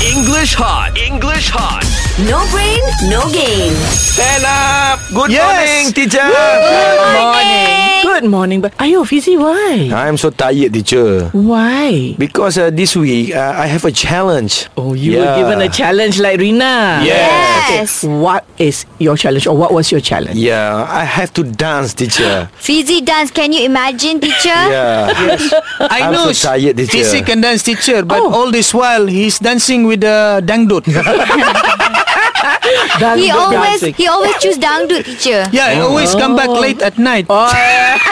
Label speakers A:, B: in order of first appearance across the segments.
A: English hot. English hot.
B: No brain, no game.
A: Stand up. Good
C: Yes.
A: morning, teacher.
D: Good morning, but are you fizzy? Why?
C: I'm so tired, teacher.
D: Why?
C: Because uh, this week uh, I have a challenge.
D: Oh, you were given a challenge like Rina.
B: Yes.
D: What is your challenge or what was your challenge?
C: Yeah, I have to dance, teacher.
B: Fizzy dance, can you imagine, teacher?
C: Yeah. Yes.
E: I
C: I'm
E: know
C: so tired, teacher.
E: Fizik can dance teacher But
D: Oh.
E: all this while He's dancing with the dangdut
D: Dang-
B: He
D: dang-
B: always
D: dancing.
B: he always choose dangdut, teacher.
E: Yeah, I always come back late at night
D: Oh, yeah.
B: Hi,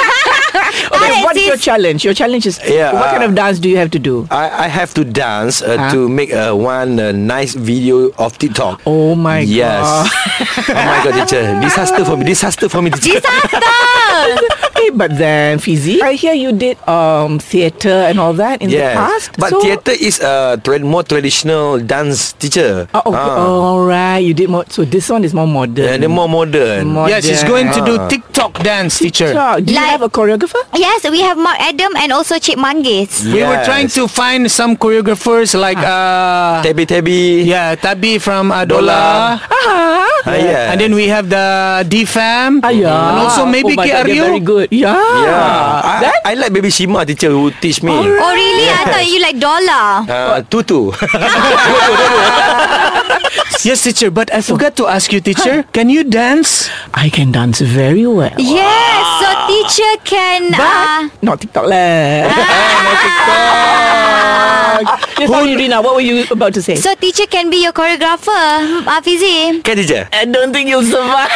D: okay, what is
B: sis.
D: your challenge? Your challenge is
C: Yeah,
D: what
C: uh,
D: kind of dance do you have to do?
C: I, I have to dance uh,
D: Huh?
C: to make uh, one uh, nice video of TikTok.
D: Oh my
C: yes.
D: god.
C: oh my god, teacher. Disaster for me. Disaster for me, teacher.
B: Disaster!
D: Hey, but then Fizzy, I hear you did um theater and all that in
C: Yes.
D: the past.
C: But
D: so-
C: theater is a tra- more traditional dance teacher.
D: Oh, okay.
C: uh.
D: all right. You did more. So this one is more
C: And
D: modern.
C: they're more modern.
D: Modern.
E: Yes, he's going to do TikTok dance teacher
D: Sure. Do you
B: Like-
D: have a choreographer?
B: yes, we have Mark Adam and also Chip Manggis.
E: We were trying to find some choreographers Like uh,
C: Tabi Tabi.
E: Yeah, Tabi from
C: Dola.
E: Adola
C: Ah, yeah.
E: And then we have the DFAM
D: Ah, yeah.
E: And also maybe
D: oh my God, they're
E: KRU.
D: very good. Yeah.
C: Mm-hmm. Yeah. Ya. I,
D: That
C: I like Baby Shima teacher who teach me.
D: Ah, Alright.
B: Oh really? I thought you like dollar.
C: Uh, tutu.
E: Yes teacher But I forgot to ask you teacher Can you dance?
D: I can dance very well.
B: Yes, so teacher can uh,
D: But not TikTok lah. Yes, sorry, Rina. What were you about to say?
B: so teacher can be your choreographer, uh, Fizi.
C: kan teacher?
D: I don't think you'll survive.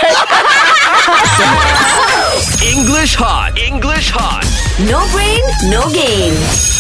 A: English hot. English hot.
B: No brain, no game.